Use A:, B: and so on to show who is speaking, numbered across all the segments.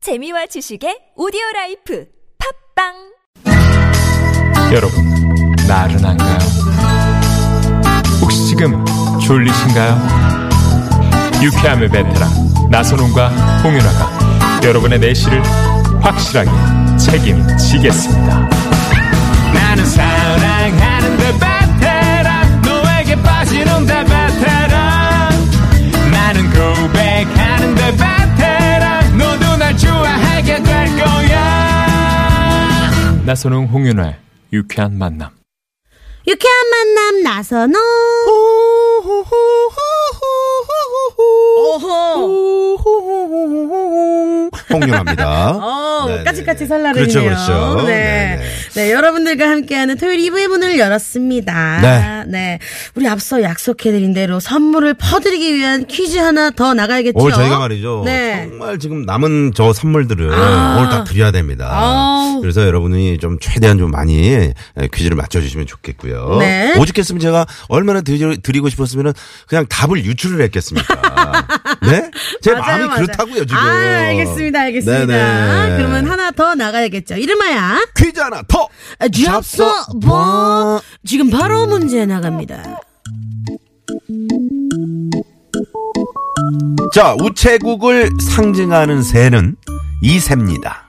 A: 재미와 지식의 오디오 라이프 팝빵
B: 여러분, 나른한가요? 혹시 지금 졸리신가요? 유쾌함의 베테랑 나선홍과 홍윤아가 여러분의 내실을 확실하게 책임지겠습니다. 나는 사랑하는데 베테랑 너에게 빠지는데 베테랑 나는 고백하는데 베테랑 너도 날 좋아하게 될 거야. 나선홍 홍윤아의 유쾌한 만남.
C: 유쾌한 만남 나선호. 오호.
D: 홍윤아입니다.
C: 어,
D: 네네네.
C: 까치까치 살라르네요.
D: 그렇죠, 그렇죠.
C: 네.
D: 네네.
C: 네, 여러분들과 함께하는 토요일 2부의 문을 열었습니다. 네. 우리 앞서 약속해드린 대로 선물을 퍼드리기 위한 퀴즈 하나 더 나가야겠죠.
D: 오늘 어, 저희가 말이죠.
C: 그렇죠? 네.
D: 정말 지금 남은 저 선물들을
C: 아.
D: 오늘 다 드려야 됩니다.
C: 아우.
D: 그래서 여러분이 좀 최대한 좀 많이 에, 퀴즈를 맞춰주시면 좋겠고요.
C: 네.
D: 오죽했으면 제가 얼마나 드리, 고 싶었으면 그냥 답을 유출을 했겠습니까? 네? 제
C: 맞아요,
D: 마음이
C: 맞아요.
D: 그렇다고요, 지금.
C: 아, 알겠습니다, 알겠습니다. 아,
D: 네네.
C: 그러면 하나 더 나가야겠죠. 이름하야.
D: 퀴즈 하나 더!
C: 아, 잡서 뭐. 지금 바로 문제 나갑니다.
D: 자, 우체국을 상징하는 새는 이새입니다.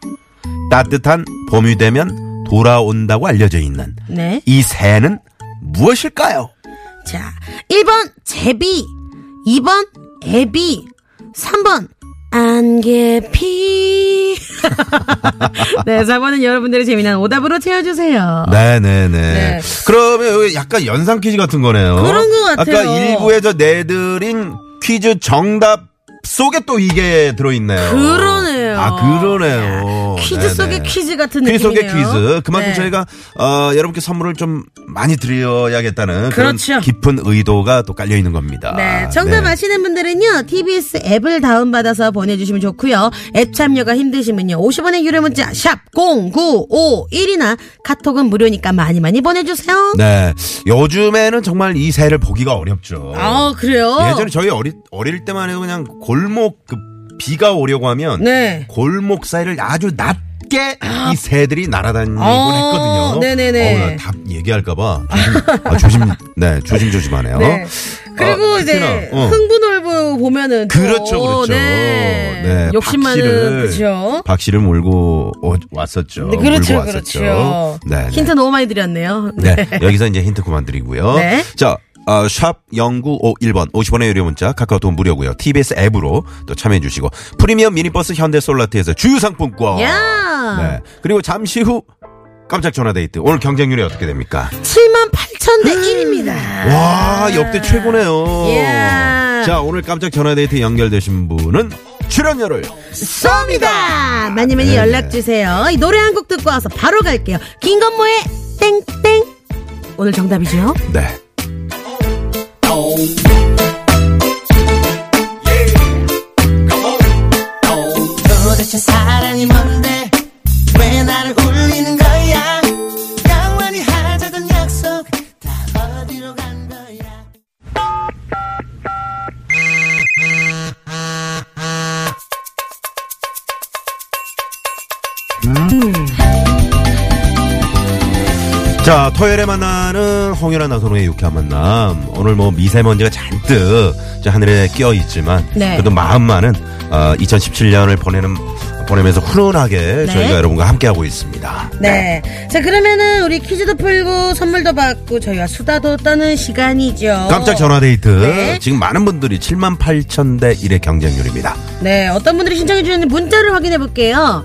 D: 따뜻한 봄이 되면 돌아온다고 알려져 있는
C: 네.
D: 이 새는 무엇일까요?
C: 자, 1번 제비, 2번 애비, 3번 안개피. 네, 4번은 여러분들의 재미난 오답으로 채워주세요.
D: 네네네.
C: 네.
D: 그러면 여기 약간 연상 퀴즈 같은 거네요.
C: 그런 것 같아요.
D: 아까 일부에 저 내드린 퀴즈 정답 속에 또 이게 들어있네요.
C: 그러네요.
D: 아, 그러네요.
C: 퀴즈
D: 네네.
C: 속의 퀴즈 같은
D: 퀴즈 속의
C: 느낌이에요.
D: 퀴즈. 그만큼
C: 네.
D: 저희가 어, 여러분께 선물을 좀 많이 드려야겠다는
C: 그렇죠.
D: 런 깊은 의도가 또 깔려 있는 겁니다.
C: 네, 정답
D: 네.
C: 아시는 분들은요, TBS 앱을 다운받아서 보내주시면 좋고요. 앱 참여가 힘드시면요, 50원의 유료 문자 샵 #0951이나 카톡은 무료니까 많이 많이 보내주세요.
D: 네. 요즘에는 정말 이 새를 보기가 어렵죠.
C: 아, 그래요?
D: 예전에 저희 어리, 어릴 때만 해도 그냥 골목 그 비가 오려고 하면
C: 네.
D: 골목 사이를 아주 낮게 이 새들이 날아다니곤
C: 어,
D: 했거든요.
C: 네네네.
D: 어우, 나답 얘기할까봐 조심, 아, 조심, 네, 조심조심하네요.
C: 네. 그리고
D: 어,
C: 이제
D: 특히나, 어.
C: 흥분얼부 보면은 또,
D: 그렇죠, 그렇죠.
C: 네.
D: 네,
C: 욕심 많은 그죠.
D: 박씨를 몰고 오- 왔었죠.
C: 네, 그렇죠,
D: 몰고 어, 왔었죠.
C: 그렇죠.
D: 네, 네.
C: 힌트 너무 많이 드렸네요.
D: 네. 여기서 이제 힌트 그만 드리고요.
C: 네.
D: 자, 어, 샵 0951번 50원의 유료 문자 카카오톡 무료고요. TBS 앱으로 또 참여해 주시고 프리미엄 미니버스 현대 솔라트에서 주유 상품권.
C: 야!
D: 네. 그리고 잠시 후 깜짝 전화 데이트. 오늘 경쟁률이 어떻게 됩니까?
C: 7만 8천 대
D: 음.
C: 1입니다.
D: 와, 역대 최고네요.
C: 예.
D: 자, 오늘 깜짝 전화 데이트 연결되신 분은 출연료를
C: 쏩니다! 많이 많이
D: 네.
C: 연락주세요. 이 노래 한 곡 듣고 와서 바로 갈게요. 김건모의 땡땡. 오늘 정답이죠?
D: 네.
E: 도대체 사랑이 뭔데 왜 나를 울리는 거야 영원히 하자던 약속 다 어디로 간 거야
D: 자, 토요일에 만나는 홍윤아 나선호의 유쾌한 만남. 오늘 뭐 미세먼지가 잔뜩 저 하늘에 끼어 있지만
C: 네.
D: 그래도 마음만은 어, 2017년을 보내는 보내면서 훈훈하게
C: 네.
D: 저희가 여러분과 함께하고 있습니다.
C: 네. 자, 그러면은 우리 퀴즈도 풀고 선물도 받고 저희와 수다도 떠는 시간이죠.
D: 깜짝 전화 데이트.
C: 네.
D: 지금 많은 분들이 7만 8천 대 1의 경쟁률입니다.
C: 네, 어떤 분들이 신청해 주셨는지 문자를 확인해 볼게요.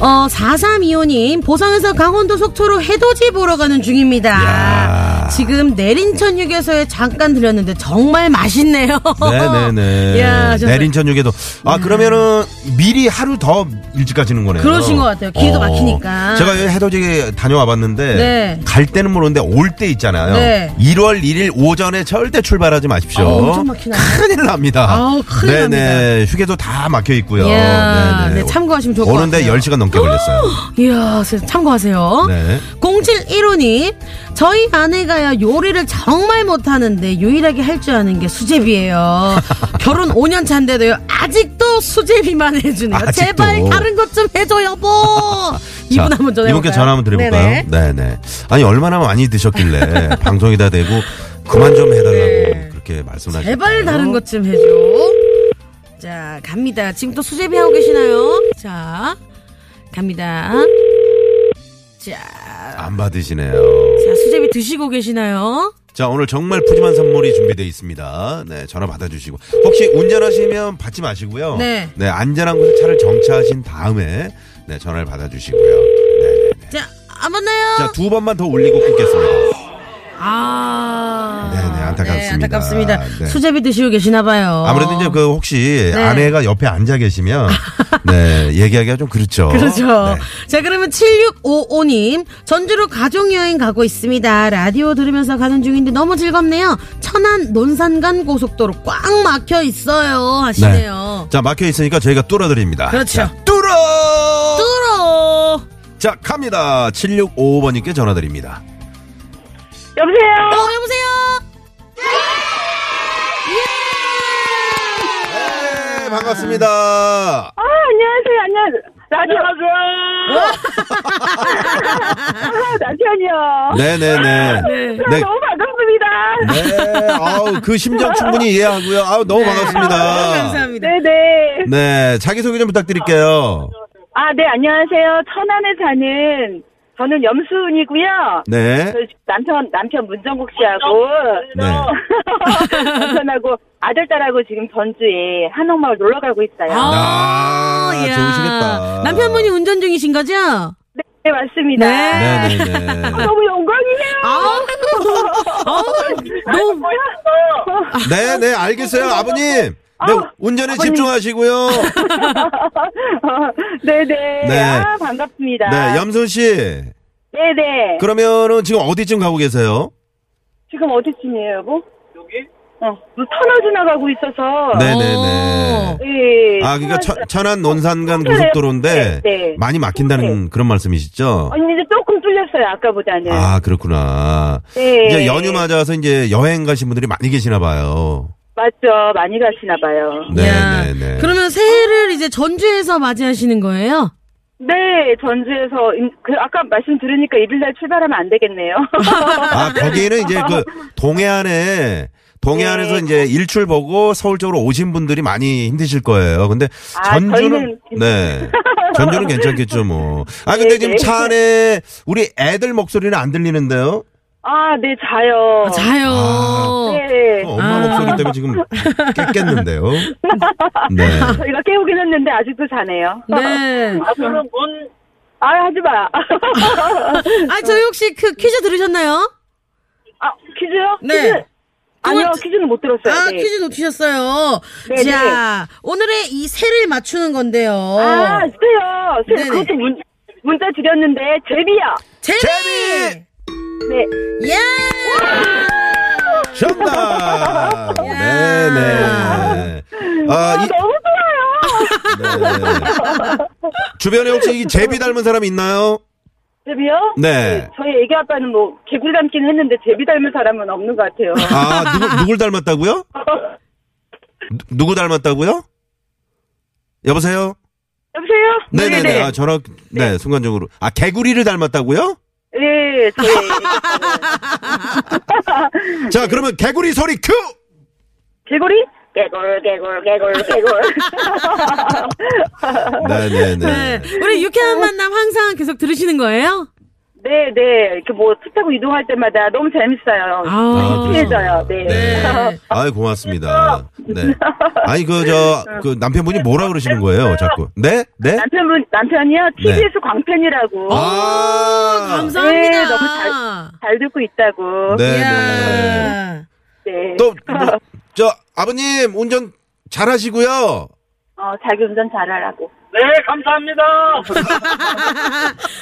C: 어, 4325님, 보성에서 강원도 속초로 해돋이 보러 가는 중입니다.
D: 야.
C: 지금 내린천 휴게소에 잠깐 들렸는데 정말 맛있네요.
D: 네네네.
C: 야, 정말.
D: 내린천 휴게도. 아, 그러면은 미리 하루 더 일찍 가시는 거네요. 어.
C: 그러신 것 같아요. 길도 막히니까.
D: 제가 여기 해돋이 다녀와 봤는데
C: 네.
D: 갈 때는 모르는데 올 때 있잖아요.
C: 네.
D: 1월 1일 오전에 절대 출발하지 마십시오.
C: 아우, 엄청 막히나요?
D: 큰일 납니다.
C: 아우, 큰일
D: 네네. 휴게소 다 막혀 있고요.
C: 이야, 네, 참고하시면 좋을 것
D: 오는데
C: 같아요.
D: 10시간 넘게 걸렸어요.
C: 이야, 참고하세요.
D: 네.
C: 0715님, 저희 아내가 혼자야 요리를 정말 못하는데 유일하게 할 줄 아는 게 수제비예요. 결혼 5년 차인데도요 아직도 수제비만 해주네요.
D: 아직도.
C: 제발 다른 것 좀 해줘 여보. 이분
D: 자,
C: 한번 전해.
D: 이분께 전화 한번 드려볼까요? 네네. 아니 얼마나 많이 드셨길래 방송에다 대고 그만 좀 해달라고 그렇게 말씀하셨어요.
C: 네. 제발 다른 것 좀 해줘. 자, 갑니다. 지금 또 수제비 하고 계시나요? 자, 갑니다. 자,
D: 안 받으시네요.
C: 자, 수제비 드시고 계시나요?
D: 자 오늘 정말 푸짐한 선물이 준비되어 있습니다. 네 전화 받아주시고 혹시 운전하시면 받지 마시고요.
C: 네.
D: 안전한 곳에 차를 정차하신 다음에 네 전화를 받아주시고요. 네네네.
C: 자, 안 만나요?
D: 자두 번만 더 올리고 끊겠습니다.
C: 아.
D: 네네, 안타깝습니다.
C: 네, 안타깝습니다.
D: 네.
C: 수제비 드시고 계시나봐요.
D: 아무래도 이제 그 혹시
C: 네.
D: 아내가 옆에 앉아 계시면 네 얘기하기가 좀 그렇죠.
C: 그렇죠.
D: 네.
C: 자, 그러면 7655님. 전주로 가족여행 가고 있습니다. 라디오 들으면서 가는 중인데 너무 즐겁네요. 천안 논산간 고속도로 꽉 막혀 있어요. 하시네요.
D: 자 막혀 있으니까 저희가 뚫어드립니다.
C: 그렇죠.
D: 자, 뚫어.
C: 뚫어!
D: 자 갑니다. 7655번님께 전화드립니다.
C: 어, 여보세요? 예!
D: 네, 반갑습니다.
F: 아, 안녕하세요. 안녕하세요. 라디오. 아, 남편이요. 아,
D: 네네네. 네.
F: 너무 반갑습니다.
D: 네. 아우 그 심정 충분히 이해하고요. 아우 너무
C: 너무
D: 반갑습니다.
C: 감사합니다.
F: 네네.
D: 네 자기 소개 좀 부탁드릴게요.
F: 아, 네, 안녕하세요. 천안에 사는, 저는 염수은이고요.
D: 네.
F: 저희 남편, 남편 문정국 씨하고.
D: 네.
F: 남편하고 아들, 딸하고 지금 전주에 한옥마을 놀러 가고 있어요.
D: 아,
C: 이야.
D: 좋으시겠다.
C: 남편분이 운전 중이신 거죠?
F: 네, 맞습니다. 아,
C: 네.
D: 네네네.
F: 너무 영광이에요.
C: 아우, 아우, 너무.
D: 네네 알겠어요 아버님. 네 운전에 집중하시고요.
F: 네네.
D: 네.
F: 아, 반갑습니다.
D: 네 염소 씨.
F: 네네.
D: 그러면은 지금 어디쯤 가고 계세요?
F: 지금 어디쯤이에요, 여보? 여기? 어, 뭐 터널 지나가고 있어서.
D: 네네네.
F: 예.
D: 네. 아, 그러니까
F: 터널
D: 천, 천안 논산간
F: 네,
D: 고속도로인데
F: 네, 네. 어, 예.
D: 많이 막힌다는 그런 말씀이시죠?
F: 지나- 아니, 이제 조금 뚫렸어요, 아까보다는.
D: 아, 그렇구나.
F: 네.
D: 이제 연휴 맞아서 이제 여행 가신 분들이 많이 계시나 봐요.
F: 맞죠. 많이 가시나 봐요.
C: 야,
D: 네네네.
C: 그러면 새해를 이제 전주에서 맞이하시는 거예요?
F: 네, 전주에서, 인- 그 아까 말씀 들으니까 일일날 출발하면 안 되겠네요.
D: 아, 거기는 이제 그 동해안에 동해안에서
F: 네.
D: 이제 일출 보고 서울 쪽으로 오신 분들이 많이 힘드실 거예요. 근데
F: 아,
D: 전주는
F: 저희는
D: 네. 전주는 괜찮겠죠, 뭐. 아, 근데
F: 네,
D: 지금
F: 네.
D: 차 안에 우리 애들 목소리는 안 들리는데요?
F: 아, 네, 자요.
C: 아, 자요.
F: 네.
D: 어, 엄마
C: 아.
D: 목소리 때문에 지금 깼겠는데요. 네.
F: 저희가 깨우긴 했는데, 아직도 자네요.
C: 네.
F: 앞으로는 문. 아, 하지 마.
C: 아, 저희 혹시 그 퀴즈 들으셨나요?
F: 아, 퀴즈요?
C: 네.
F: 퀴즈? 아니요,
C: 그건-
F: 퀴즈는 못 들었어요.
C: 아,
F: 네.
C: 퀴즈 놓치셨어요.
F: 네,
C: 자, 오늘의 이 새를 맞추는 건데요.
F: 아, 있어요. 그-
C: 네네.
F: 그것도 문, 문자 드렸는데, 제비야.
C: 제비!
F: 네.
C: 예!
D: 정답! 네네. 아, 이,
F: 너무 좋아요.
D: 네. 주변에 혹시 이 제비 닮은 사람 있나요?
F: 제비요? 그
D: 네.
F: 저희 애기 아빠는 뭐, 개굴 닮긴 했는데, 제비 닮은 사람은 없는 것 같아요.
D: 아, 누구, 누굴 닮았다고요? 누, 누구 닮았다고요? 여보세요?
F: 여보세요?
D: 네네네.
F: 네네.
D: 아, 전화, 네, 순간적으로. 아, 개구리를 닮았다고요?
F: 네, 저희 애기 아빠는.
D: 자, 그러면 개구리 소리 큐!
F: 개구리? 개굴, 개굴, 개굴, 개굴.
D: 네네네.
C: 네. 우리 유쾌한 만남 항상 계속 들으시는 거예요?
F: 네, 네. 이렇게 뭐, 차 타고 이동할 때마다 너무 재밌어요.
D: 아, 그래요?
F: 신기해져요. 네.
D: 네. 아이 고맙습니다. 네. 아니 그 저 그 남편분이 뭐라 그러시는 거예요, 자꾸. 네? 아! 네?
F: 남편분, 남편이요? TBS 광팬이라고.
D: 아.
C: 감사합니다.
F: 네, 너무 잘- 잘 듣고 있다고.
D: 네, 네.
C: 야.
F: 네.
D: 또저 아버님 운전 잘 하시고요.
F: 어, 자기 운전 잘하라고.
G: 네,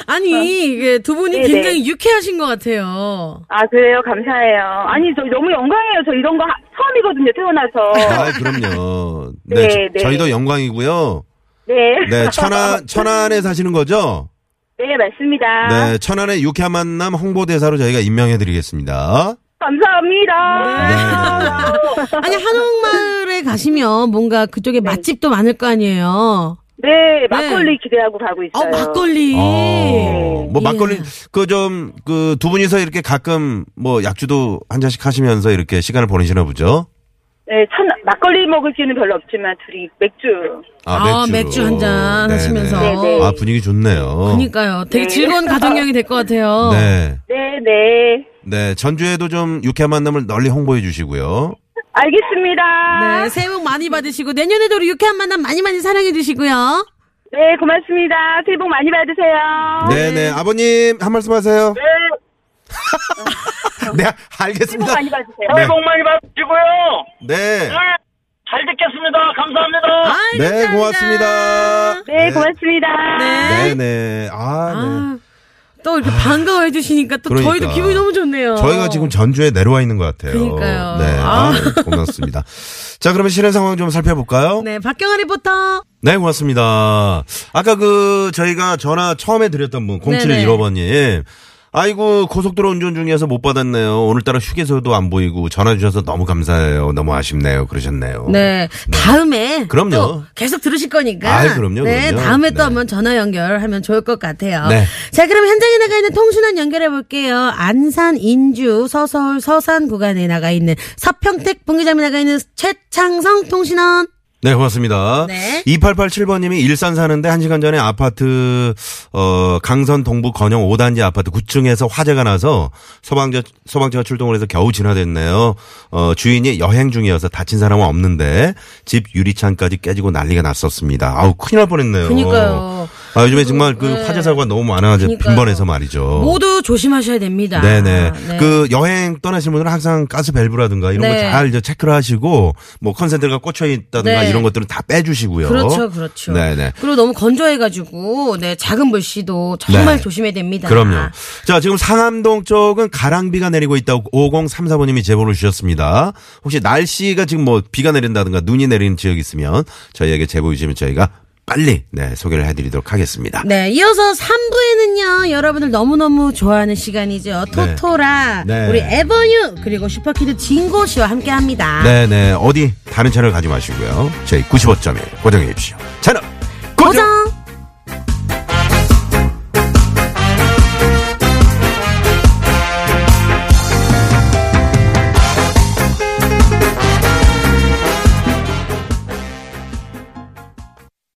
C: 아니, 이게 두 분이
F: 네네.
C: 굉장히 유쾌하신 것 같아요.
F: 아, 그래요? 감사해요. 아니, 저 너무 영광이에요. 저 이런 거 하- 처음이거든요, 태어나서.
D: 아, 그럼요. 네,
F: 네,
D: 저-
F: 네.
D: 저희도 영광이고요.
F: 네.
D: 네, 천안 천안에 사시는 거죠?
F: 네, 맞습니다.
D: 네, 천안의 유쾌한 만남 홍보대사로 저희가 임명해드리겠습니다.
F: 감사합니다.
C: 아니 한옥마을에 가시면 뭔가 그쪽에 맛집도 많을 거 아니에요.
F: 네, 막걸리 기대하고 가고
C: 어
F: 있어요.
C: 막걸리.
D: 어, 뭐
C: 예.
D: 막걸리 그 좀 그 두 분이서 이렇게 가끔 뭐 약주도 한 잔씩 하시면서 이렇게 시간을 보내시나 보죠.
F: 네, 천, 막걸리 먹을 기회는 별로 없지만 둘이 맥주.
C: 아, 맥주 한잔 하시면서.
F: 네네.
D: 아 분위기 좋네요.
C: 그러니까요. 되게
F: 네.
C: 즐거운 가정형이 될 것 같아요.
D: 네,
F: 네, 네.
D: 네 전주에도 좀 유쾌한 만남을 널리 홍보해 주시고요.
F: 알겠습니다.
C: 네,
F: 네,
C: 새해 복 많이 받으시고 내년에도 우리 유쾌한 만남 많이 많이 사랑해 주시고요.
F: 네, 고맙습니다. 새해 복 많이
C: 아,
F: 받으세요.
D: 네네 아버님 한 말씀 하세요.
F: 네,
D: 네
F: 새해 복
D: 알겠습니다.
F: 많이 받으세요.
D: 네.
G: 새해 복 많이 받으시고요.
D: 네,
G: 네, 잘 듣겠습니다. 감사합니다.
C: 아이,
D: 네
C: 감사합니다.
D: 고맙습니다.
F: 네, 고맙습니다.
C: 네.
D: 네네 아
C: 아, 또 이렇게 반가워해 주시니까 또
D: 그러니까.
C: 저희도 기분이 너무 좋네요.
D: 네. 저희가 지금 전주에 내려와 있는 것 같아요.
C: 그러니까요.
D: 네, 아, 고맙습니다. 자, 그러면 실행 상황 좀 살펴볼까요?
C: 네, 박경아 리포터.
D: 네, 고맙습니다. 아까 그 저희가 전화 처음에 드렸던 분 0715번님. 아이고 고속도로 운전 중이어서 못 받았네요. 오늘따라 휴게소도 안 보이고 전화 주셔서 너무 감사해요. 너무 아쉽네요. 어. 그러셨네요.
C: 네. 다음에
D: 그럼요.
C: 또 계속 들으실 거니까.
D: 아이, 그럼요,
C: 네,
D: 그럼요.
C: 다음에
D: 네.
C: 또 한번 전화 연결하면 좋을 것 같아요.
D: 네.
C: 자, 그럼 현장에 나가 있는 통신원 연결해 볼게요. 안산, 인주, 서서울, 서산 구간에 나가 있는 서평택 분기점에 나가 있는 최창성 통신원.
D: 네, 고맙습니다.
C: 네.
D: 2887번님이 일산 사는데 한시간 전에 아파트, 어, 강선 동부 건영 5단지 아파트 9층에서 화재가 나서 소방제, 소방차가 출동을 해서 겨우 진화됐네요. 어, 주인이 여행 중이어서 다친 사람은 없는데 집 유리창까지 깨지고 난리가 났었습니다. 아우, 큰일 날 뻔했네요.
C: 그러니까요. 네.
D: 아, 요즘에 정말 그 화재 사고가 너무 많아서
C: 그러니까요. 뭐
D: 빈번해서 말이죠.
C: 모두 조심하셔야 됩니다.
D: 어. 네네.
C: 네.
D: 그 여행 떠나시는 분들은 항상 가스 밸브라든가 이런
C: 네.
D: 거 잘 체크를 하시고 뭐 컨센트가 꽂혀 있다든가
C: 네.
D: 이런 것들은 다 빼주시고요.
C: 그렇죠, 그렇죠.
D: 네네.
C: 그리고 너무 건조해가지고, 네, 작은 불씨도 정말
D: 네.
C: 조심해야 됩니다.
D: 그럼요. 자, 지금 상암동 쪽은 가랑비가 내리고 있다고 5034번님이 제보를 주셨습니다. 혹시 날씨가 지금 뭐 비가 내린다든가 눈이 내리는 지역이 있으면 저희에게 제보 주시면 저희가 빨리 네, 소개를 해드리도록 하겠습니다.
C: 네, 이어서 3부에는요, 여러분들 너무너무 좋아하는 시간이죠. 토토라,
D: 네.
C: 우리 에버유, 그리고 슈퍼키드 진고 씨와 함께 합니다.
D: 네. 네네. 어디 다른 채널 가지 마시고요. 저희 95.1 고정해 주십시오. 채널